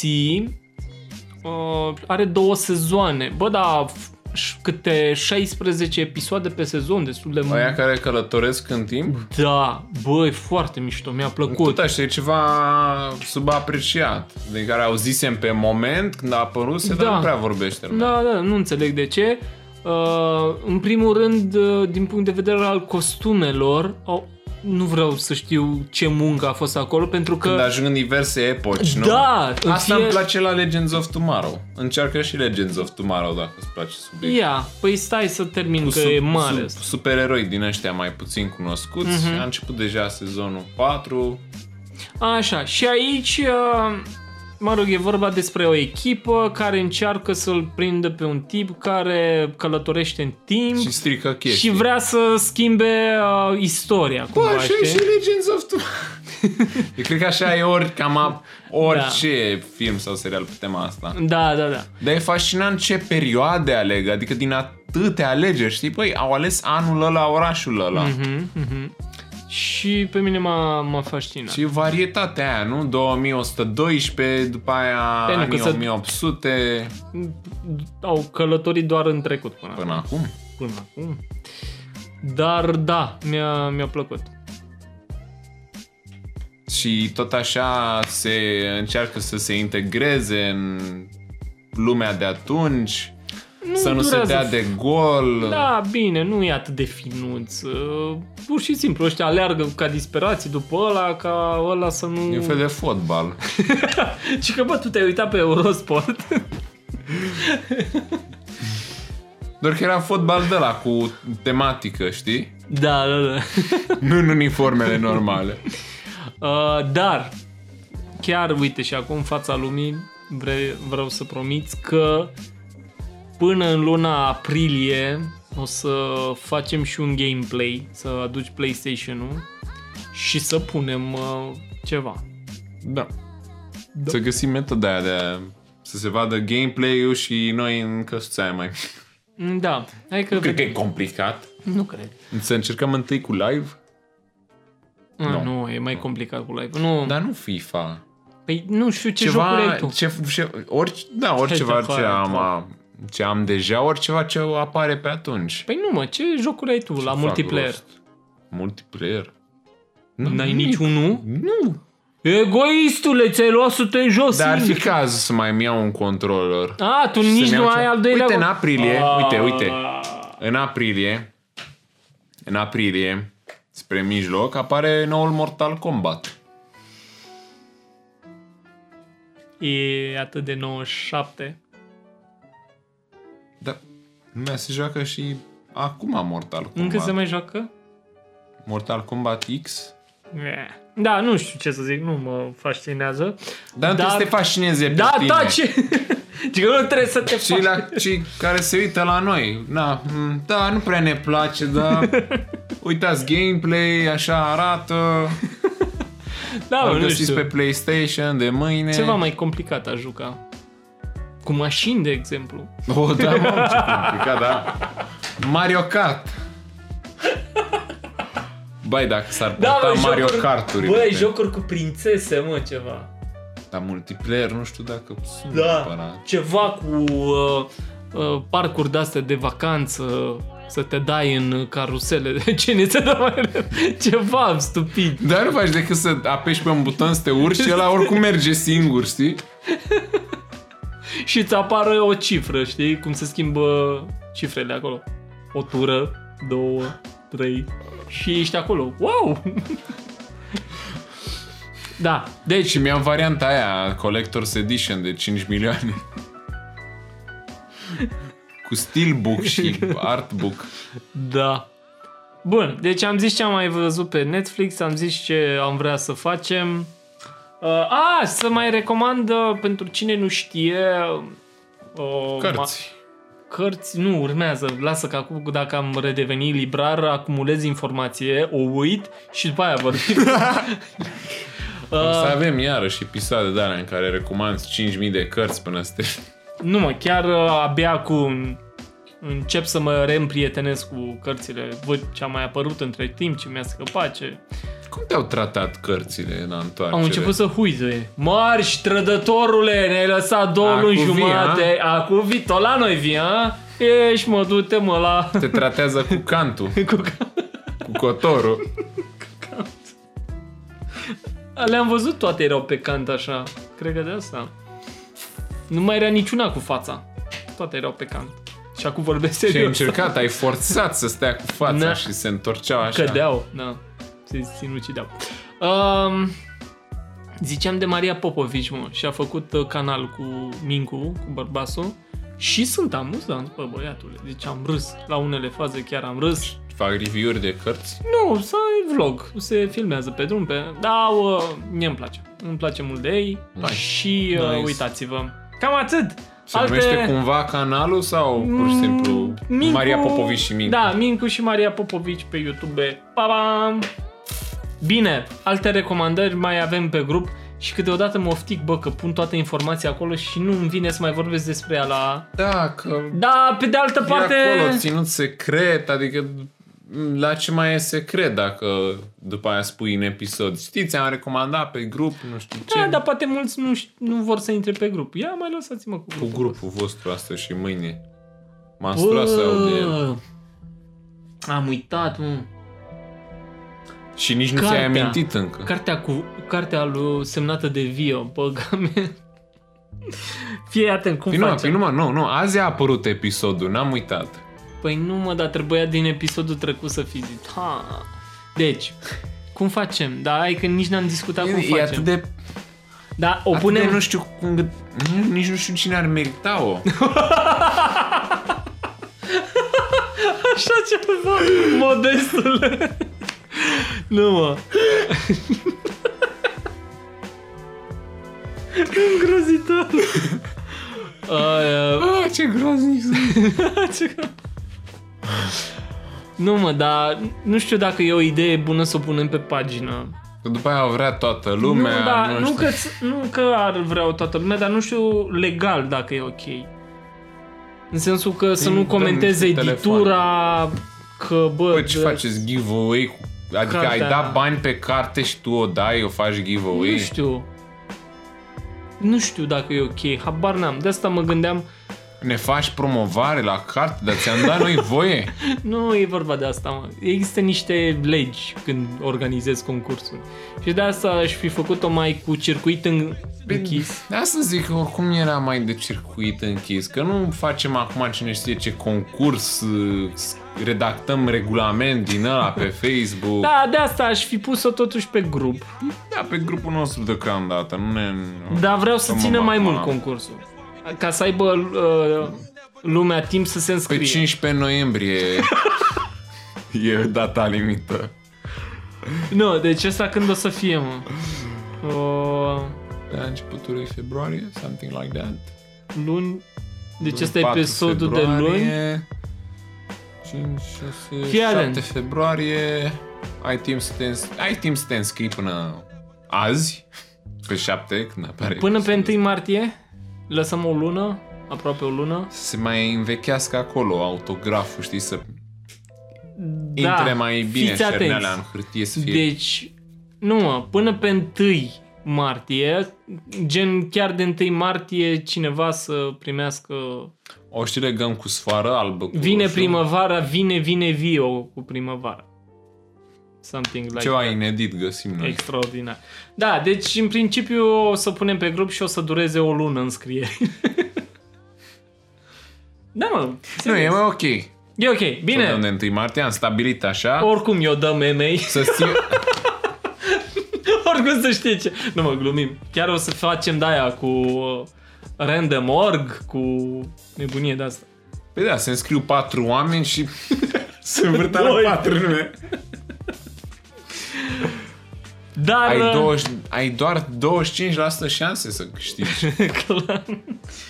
[SPEAKER 2] Uh, are două sezoane. Bă, da, f- ș- câte 16 episoade pe sezon, destul de
[SPEAKER 1] Aia
[SPEAKER 2] mult.
[SPEAKER 1] care călătoresc în timp?
[SPEAKER 2] Da, bă, e foarte mișto, mi-a plăcut.
[SPEAKER 1] Tot așa, e ceva subapreciat, de care auzisem pe moment când a apărut, se
[SPEAKER 2] Da.
[SPEAKER 1] dar nu prea vorbește. lumea.
[SPEAKER 2] Da, da, nu înțeleg de ce. Uh, în primul rând, uh, din punct de vedere al costumelor, au, nu vreau să știu ce muncă a fost acolo, pentru că...
[SPEAKER 1] Când ajung în diverse epoci, nu?
[SPEAKER 2] da, în
[SPEAKER 1] Asta
[SPEAKER 2] fie...
[SPEAKER 1] îmi place la Legends of Tomorrow. Încearcă și Legends of Tomorrow dacă îți place subiectul.
[SPEAKER 2] Ia, păi stai să termin că e mare. Mhm.
[SPEAKER 1] sub, supereroi din ăștia mai puțin cunoscuți. A început deja sezonul 4.
[SPEAKER 2] Așa, și aici, uh, mă rog, e vorba despre o echipă care încearcă să-l prindă pe un tip care călătorește în timp
[SPEAKER 1] Și strică
[SPEAKER 2] și,
[SPEAKER 1] chestii.
[SPEAKER 2] vrea să schimbe uh, istoria,
[SPEAKER 1] Bă,
[SPEAKER 2] cumva,
[SPEAKER 1] așa e
[SPEAKER 2] știi?
[SPEAKER 1] și Legends of Tomorrow.
[SPEAKER 2] <laughs>
[SPEAKER 1] Eu cred că așa e ori, cam a, orice film sau serial pe tema asta.
[SPEAKER 2] Da, da, da.
[SPEAKER 1] Dar e fascinant ce perioade aleg, adică din atâtea alegeri, știi? Păi, au ales anul ăla, orașul ăla.
[SPEAKER 2] Mhm, mhm. Și pe mine m-a, m-a fascinat.
[SPEAKER 1] Și varietatea aia, nu? 2112, după aia
[SPEAKER 2] Pe Păi nu, că
[SPEAKER 1] anii
[SPEAKER 2] să-
[SPEAKER 1] 1800,
[SPEAKER 2] Au călătorit doar în trecut până,
[SPEAKER 1] până acum.
[SPEAKER 2] până acum. Dar da, mi-a, mi-a plăcut.
[SPEAKER 1] Și tot așa se încearcă să se integreze în lumea de atunci,
[SPEAKER 2] Nu
[SPEAKER 1] să nu se
[SPEAKER 2] durează
[SPEAKER 1] dea de gol.
[SPEAKER 2] Da, bine, nu e atât de finuț. Uh, Pur și simplu, ăștia aleargă ca disperații după ăla, ca ăla să nu...
[SPEAKER 1] E un fel de fotbal.
[SPEAKER 2] <laughs> Și că, bă, tu te-ai uitat pe Eurosport.
[SPEAKER 1] <laughs> Doar că era fotbal de la cu tematică, știi?
[SPEAKER 2] Da, da, da. <laughs>
[SPEAKER 1] Nu în uniformele normale.
[SPEAKER 2] Uh, dar, chiar uite și acum în fața lumii vre, vreau să promit că până în luna aprilie o să facem și un gameplay, să aduci PlayStation-ul și să punem uh, ceva.
[SPEAKER 1] Da. da. Să găsim metoda aia de a, să se vadă gameplay-ul și noi în căsuța aia mai...
[SPEAKER 2] Da, hai că...
[SPEAKER 1] Cred că e complicat.
[SPEAKER 2] Nu cred.
[SPEAKER 1] Să încercăm întâi cu live,
[SPEAKER 2] Nu,
[SPEAKER 1] Nu.
[SPEAKER 2] Ah, nu e mai complicat cu live. Nu,
[SPEAKER 1] dar nu FIFA.
[SPEAKER 2] păi, nu știu ce jocuri
[SPEAKER 1] Ceva,
[SPEAKER 2] ai tu.
[SPEAKER 1] ce, ce, orice, da, oriceva
[SPEAKER 2] Hai
[SPEAKER 1] ce
[SPEAKER 2] de
[SPEAKER 1] am, a-
[SPEAKER 2] afară,
[SPEAKER 1] ce am deja, oriceva ce apare pe atunci.
[SPEAKER 2] Păi nu mă, ce jocuri ai tu la
[SPEAKER 1] Fac
[SPEAKER 2] multiplayer?
[SPEAKER 1] rost. Multiplayer?
[SPEAKER 2] N-ai
[SPEAKER 1] nimic.
[SPEAKER 2] niciunul?
[SPEAKER 1] Nu.
[SPEAKER 2] Egoistule, ți-ai luat să te jos
[SPEAKER 1] Dar ar fi
[SPEAKER 2] singur.
[SPEAKER 1] cazul să mai îmi iau un controller.
[SPEAKER 2] A, tu
[SPEAKER 1] Să
[SPEAKER 2] Da. nici
[SPEAKER 1] ne
[SPEAKER 2] nu
[SPEAKER 1] iau ce-
[SPEAKER 2] ai al doilea
[SPEAKER 1] Uite, în
[SPEAKER 2] gol. Ah.
[SPEAKER 1] aprilie, uite, uite.
[SPEAKER 2] A,
[SPEAKER 1] În aprilie, în aprilie, spre mijloc, apare noul Mortal Kombat.
[SPEAKER 2] E atât de 97.
[SPEAKER 1] Dar Da. lumea se joacă și acum Mortal Kombat.
[SPEAKER 2] Încă se mai joacă?
[SPEAKER 1] Mortal Kombat X.
[SPEAKER 2] Eh. Da, nu știu ce să zic, nu mă fascinează.
[SPEAKER 1] Dar,
[SPEAKER 2] Dar-
[SPEAKER 1] dar... te fascineze pe
[SPEAKER 2] Da,
[SPEAKER 1] tine.
[SPEAKER 2] taci! <laughs> Zic că nu trebuie să te
[SPEAKER 1] Cei,
[SPEAKER 2] faci.
[SPEAKER 1] la, cei care se uită la noi. Na, mm, da, nu prea ne place, dar uitați gameplay, așa arată.
[SPEAKER 2] Da, mă,
[SPEAKER 1] Îl
[SPEAKER 2] nu
[SPEAKER 1] găsiți
[SPEAKER 2] știu.
[SPEAKER 1] pe PlayStation de mâine.
[SPEAKER 2] Ceva mai complicat a juca. Cu mașini, de exemplu.
[SPEAKER 1] Oh, da, mă, ce complicat, da. Mario Kart. Bai, dacă s-ar
[SPEAKER 2] Da,
[SPEAKER 1] da,
[SPEAKER 2] bă,
[SPEAKER 1] porta Mario
[SPEAKER 2] jocuri-
[SPEAKER 1] Karturile.
[SPEAKER 2] Băi,
[SPEAKER 1] pe-
[SPEAKER 2] jocuri cu prințese, mă, ceva.
[SPEAKER 1] Dar multiplayer, nu știu dacă sunt
[SPEAKER 2] Da,
[SPEAKER 1] neapărat.
[SPEAKER 2] ceva cu uh, uh, parcuri de-astea de vacanță, să te dai în carusele. <laughs> Cine se dă mai repede? Ceva stupid.
[SPEAKER 1] Dar nu faci decât să apeși pe un buton să te urci și ăla oricum merge singur, știi?
[SPEAKER 2] Și îți apară o cifră, știi? Cum se schimbă cifrele acolo. O tură, două, trei și ești acolo. Wow! <laughs> da, deci
[SPEAKER 1] Și mi-am varianta aia, Collector's Edition de 5 milioane. Cu steelbook și artbook.
[SPEAKER 2] Da. Bun, deci am zis ce am mai văzut pe Netflix, am zis ce am vrea să facem. Uh, a, să mai recomand uh, pentru cine nu știe... Uh,
[SPEAKER 1] Cărți.
[SPEAKER 2] ma- cărți, nu, urmează, lasă că acum dacă am redevenit librar, acumulez informație, o uit și după aia vorbim.
[SPEAKER 1] O să
[SPEAKER 2] uh,
[SPEAKER 1] avem iarăși episoade de alea în care recomand 5.000 de cărți până să te...
[SPEAKER 2] nu mă, chiar uh, abia acum încep să mă reîmprietenesc cu cărțile, văd ce a mai apărut între timp, ce mi-a scăpat, ce...
[SPEAKER 1] Cum te-au tratat cărțile în întoarcere?
[SPEAKER 2] Am început să huizuie. Marș, trădătorule, ne-ai lăsat două
[SPEAKER 1] Acu
[SPEAKER 2] luni
[SPEAKER 1] vii,
[SPEAKER 2] jumate. Acum vii tot la noi, vii, a? Ești, mă, du-te, mă, la...
[SPEAKER 1] Te tratează cu cantul,
[SPEAKER 2] <laughs> cu ca-
[SPEAKER 1] cu cotorul.
[SPEAKER 2] Le-am văzut toate erau pe cant așa. Cred că de asta. Nu mai era niciuna cu fața. Toate erau pe cant. Și acum vorbesc
[SPEAKER 1] Și ai
[SPEAKER 2] serios.
[SPEAKER 1] încercat, ai forțat să stea cu fața
[SPEAKER 2] Na.
[SPEAKER 1] și se întorceau așa.
[SPEAKER 2] Da. Cădeau, da. Se sinucideau. Um, ziceam de Maria Popovici, mă, și a făcut uh, canal cu Mincu, cu bărbasul. Și sunt amuzant, bă, băiatule. Deci am râs. La unele faze chiar am râs.
[SPEAKER 1] Fac review-uri de cărți.
[SPEAKER 2] Nu, să ai vlog. Se filmează pe drum, pe... Da, uh, mie îmi place. Îmi place mult de ei.
[SPEAKER 1] Nice.
[SPEAKER 2] Și uh,
[SPEAKER 1] Nice.
[SPEAKER 2] uitați-vă. Cam atât.
[SPEAKER 1] Se numește cumva canalul sau pur și simplu
[SPEAKER 2] Mincu-
[SPEAKER 1] Maria Popovici și Mincu?
[SPEAKER 2] Mm, Da, Mincu și Maria Popovici pe YouTube. Pa, pa! Bine, alte recomandări mai avem pe grup și câteodată mă oftic, bă, că pun toată informația acolo și nu îmi vine să mai vorbesc despre ea la...
[SPEAKER 1] Da, că
[SPEAKER 2] Da, pe de altă
[SPEAKER 1] Poate...
[SPEAKER 2] parte...
[SPEAKER 1] E acolo ținut secret, adică la ce mai e secret dacă după aia spui în episod. Știți, am recomandat pe grup, nu știu ce.
[SPEAKER 2] Da, dar poate mulți nu, ș- nu vor să intre pe grup. Ia mai lăsați-mă cu
[SPEAKER 1] Cu
[SPEAKER 2] grupul.
[SPEAKER 1] grupul vostru asta și mâine. M-am
[SPEAKER 2] Bă,
[SPEAKER 1] sturat să aud de el.
[SPEAKER 2] Am uitat, mă.
[SPEAKER 1] Și nici nu ți-ai
[SPEAKER 2] Cartea.
[SPEAKER 1] amintit încă.
[SPEAKER 2] Cartea, cu, cartea lui semnată de Vio, băga mea. Fii atent cum
[SPEAKER 1] Păi nu,
[SPEAKER 2] facem.
[SPEAKER 1] păi nu, nu, nu, azi a apărut episodul, n-am uitat.
[SPEAKER 2] Păi nu mă, dar trebuia din episodul trecut să fi zis. Ha. Deci, cum facem? Da, ai că nici n-am discutat cum
[SPEAKER 1] E,
[SPEAKER 2] facem.
[SPEAKER 1] e atât de...
[SPEAKER 2] Da, o
[SPEAKER 1] O punem...
[SPEAKER 2] punem...
[SPEAKER 1] Atât de nu știu cum... Nici
[SPEAKER 2] <laughs>
[SPEAKER 1] nu știu cine ar merita-o.
[SPEAKER 2] așa ceva, modestule. Nu mă. Îngrozitor. Aia,
[SPEAKER 1] Ah, ce groaznic sunt.
[SPEAKER 2] ce gra- Nu mă, dar nu știu dacă e o idee bună să o punem pe pagină.
[SPEAKER 1] Că după aia vrea toată
[SPEAKER 2] Nu,
[SPEAKER 1] lumea, nu,
[SPEAKER 2] da, nu,
[SPEAKER 1] știu.
[SPEAKER 2] că, nu că ar vrea toată lumea, dar nu știu legal dacă e ok. În sensul că să
[SPEAKER 1] Păi
[SPEAKER 2] nu
[SPEAKER 1] dăm
[SPEAKER 2] comenteze
[SPEAKER 1] niște
[SPEAKER 2] editura că, bă,
[SPEAKER 1] Bă, Păi, ce
[SPEAKER 2] bă,
[SPEAKER 1] faceți giveaway? cu- Adică ai
[SPEAKER 2] Cartea.
[SPEAKER 1] dat bani pe carte și tu o dai, o faci giveaway?
[SPEAKER 2] Nu știu. Nu știu dacă e ok, habar n-am. De asta mă gândeam,
[SPEAKER 1] Ne faci promovare la carte, dar ți-am dat noi voie?
[SPEAKER 2] nu e vorba de asta, mă. Există niște legi când organizezi concursul. Și de asta aș fi făcut-o mai cu circuit în... închis.
[SPEAKER 1] De asta Da, zic că oricum era mai de circuit închis, că nu facem acum cine știe ce concurs, uh, s- redactăm regulament din ăla
[SPEAKER 2] <laughs>
[SPEAKER 1] pe Facebook.
[SPEAKER 2] Da, de asta aș fi pus-o totuși pe grup.
[SPEAKER 1] da pe grupul nostru deocamdată, nu ne...
[SPEAKER 2] Dar vreau să
[SPEAKER 1] Mă
[SPEAKER 2] țină
[SPEAKER 1] bag
[SPEAKER 2] mai
[SPEAKER 1] acum.
[SPEAKER 2] mult concursul. Ca să aibă uh, lumea timp să se
[SPEAKER 1] Pe
[SPEAKER 2] înscrie.
[SPEAKER 1] 15
[SPEAKER 2] <laughs>
[SPEAKER 1] noiembrie e data limită.
[SPEAKER 2] Nu, deci asta când o să fie, mă? Uh,
[SPEAKER 1] La începutul lui februarie, something like that.
[SPEAKER 2] luni... Deci ăsta e
[SPEAKER 1] 4
[SPEAKER 2] episodul de luni.
[SPEAKER 1] februarie, 5, 6,
[SPEAKER 2] Fii
[SPEAKER 1] 7
[SPEAKER 2] atent.
[SPEAKER 1] februarie. Ai timp să te, îns- ai timp să te înscrii până azi, pe 7, când apare.
[SPEAKER 2] Până pe
[SPEAKER 1] episodul.
[SPEAKER 2] 1 martie lăsăm o lună, aproape o lună.
[SPEAKER 1] Să se mai învechească acolo autograful, știi, să
[SPEAKER 2] Da,
[SPEAKER 1] intre mai bine
[SPEAKER 2] fiți atenți.
[SPEAKER 1] șerneala în hârtie să fie.
[SPEAKER 2] Deci, nu mă, până pe 1 martie, gen chiar de 1 martie cineva să primească...
[SPEAKER 1] O și legăm cu sfoară albă. Cu
[SPEAKER 2] Vine
[SPEAKER 1] roșu.
[SPEAKER 2] primăvara, vine, vine vio cu primăvara. Something like
[SPEAKER 1] Ceva inedit găsim noi.
[SPEAKER 2] extraordinar. Da, deci în principiu o să punem pe grup și o să dureze o lună înscriere. <laughs> da, mă.
[SPEAKER 1] Nu, e
[SPEAKER 2] serios.
[SPEAKER 1] mai ok.
[SPEAKER 2] E ok,
[SPEAKER 1] Bine. Să
[SPEAKER 2] bine.
[SPEAKER 1] dăm de 1 martie, am stabilit așa.
[SPEAKER 2] Oricum eu dăm memei.
[SPEAKER 1] Să țin...
[SPEAKER 2] <laughs> Oricum să știe ce. Nu mă glumim. Chiar o să facem de aia cu uh, random org, cu nebunie de asta.
[SPEAKER 1] Păi da, se înscriu patru oameni și <laughs> se învârta
[SPEAKER 2] Doi.
[SPEAKER 1] la patru nume.
[SPEAKER 2] Dar
[SPEAKER 1] Ai,
[SPEAKER 2] uh,
[SPEAKER 1] 20, ai doar 25% șanse să câștigi.
[SPEAKER 2] <laughs> clar,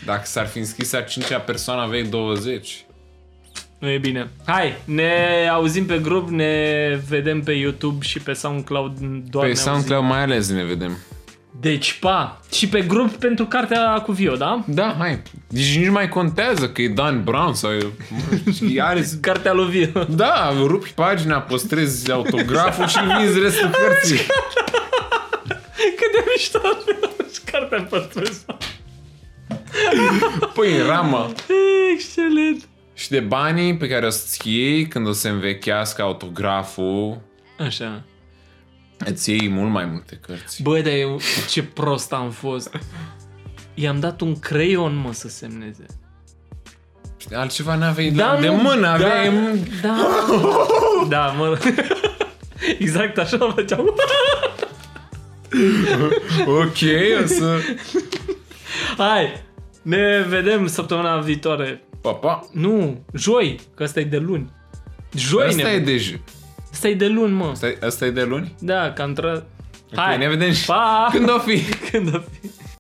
[SPEAKER 1] Dacă s-ar fi înscris a cincea persoană, aveai 20.
[SPEAKER 2] nu e bine. Hai, ne auzim pe grup, ne vedem pe YouTube și pe SoundCloud doar
[SPEAKER 1] Pe
[SPEAKER 2] ne auzim.
[SPEAKER 1] SoundCloud Păi, mai ales ne vedem.
[SPEAKER 2] Deci, pa! Și pe grup pentru cartea cu Vio, da?
[SPEAKER 1] Da, hai. Deci nici nu mai contează că e Dan Brown sau e... Are...
[SPEAKER 2] Cartea lui Vio. <laughs>
[SPEAKER 1] Da, rupi pagina, păstrezi autograful și vinzi restul cărții.
[SPEAKER 2] Cât de mișto ar fi și cartea păstrez.
[SPEAKER 1] Păi, ramă.
[SPEAKER 2] Excelent!
[SPEAKER 1] Și de banii pe care o să-ți iei când o să învechească autograful,
[SPEAKER 2] Așa.
[SPEAKER 1] îți iei mult mai multe cărți.
[SPEAKER 2] Bă, dar eu, ce prost am fost. I-am dat un creion, mă, să semneze.
[SPEAKER 1] Altceva n-aveai da, de mână, aveai...
[SPEAKER 2] Da,
[SPEAKER 1] <laughs>
[SPEAKER 2] da, mă... <laughs> Exact așa făceam.
[SPEAKER 1] Ok, o să...
[SPEAKER 2] Hai, ne vedem săptămâna viitoare.
[SPEAKER 1] Pa, pa.
[SPEAKER 2] Nu, joi, că asta e de luni. Joi
[SPEAKER 1] Asta
[SPEAKER 2] ne...
[SPEAKER 1] e de j-
[SPEAKER 2] Asta e de luni, mă.
[SPEAKER 1] Asta e, asta e de luni?
[SPEAKER 2] Da, că am tra... Hai,
[SPEAKER 1] ne vedem și-
[SPEAKER 2] Pa! <laughs>
[SPEAKER 1] Când o fi?
[SPEAKER 2] Când o fi.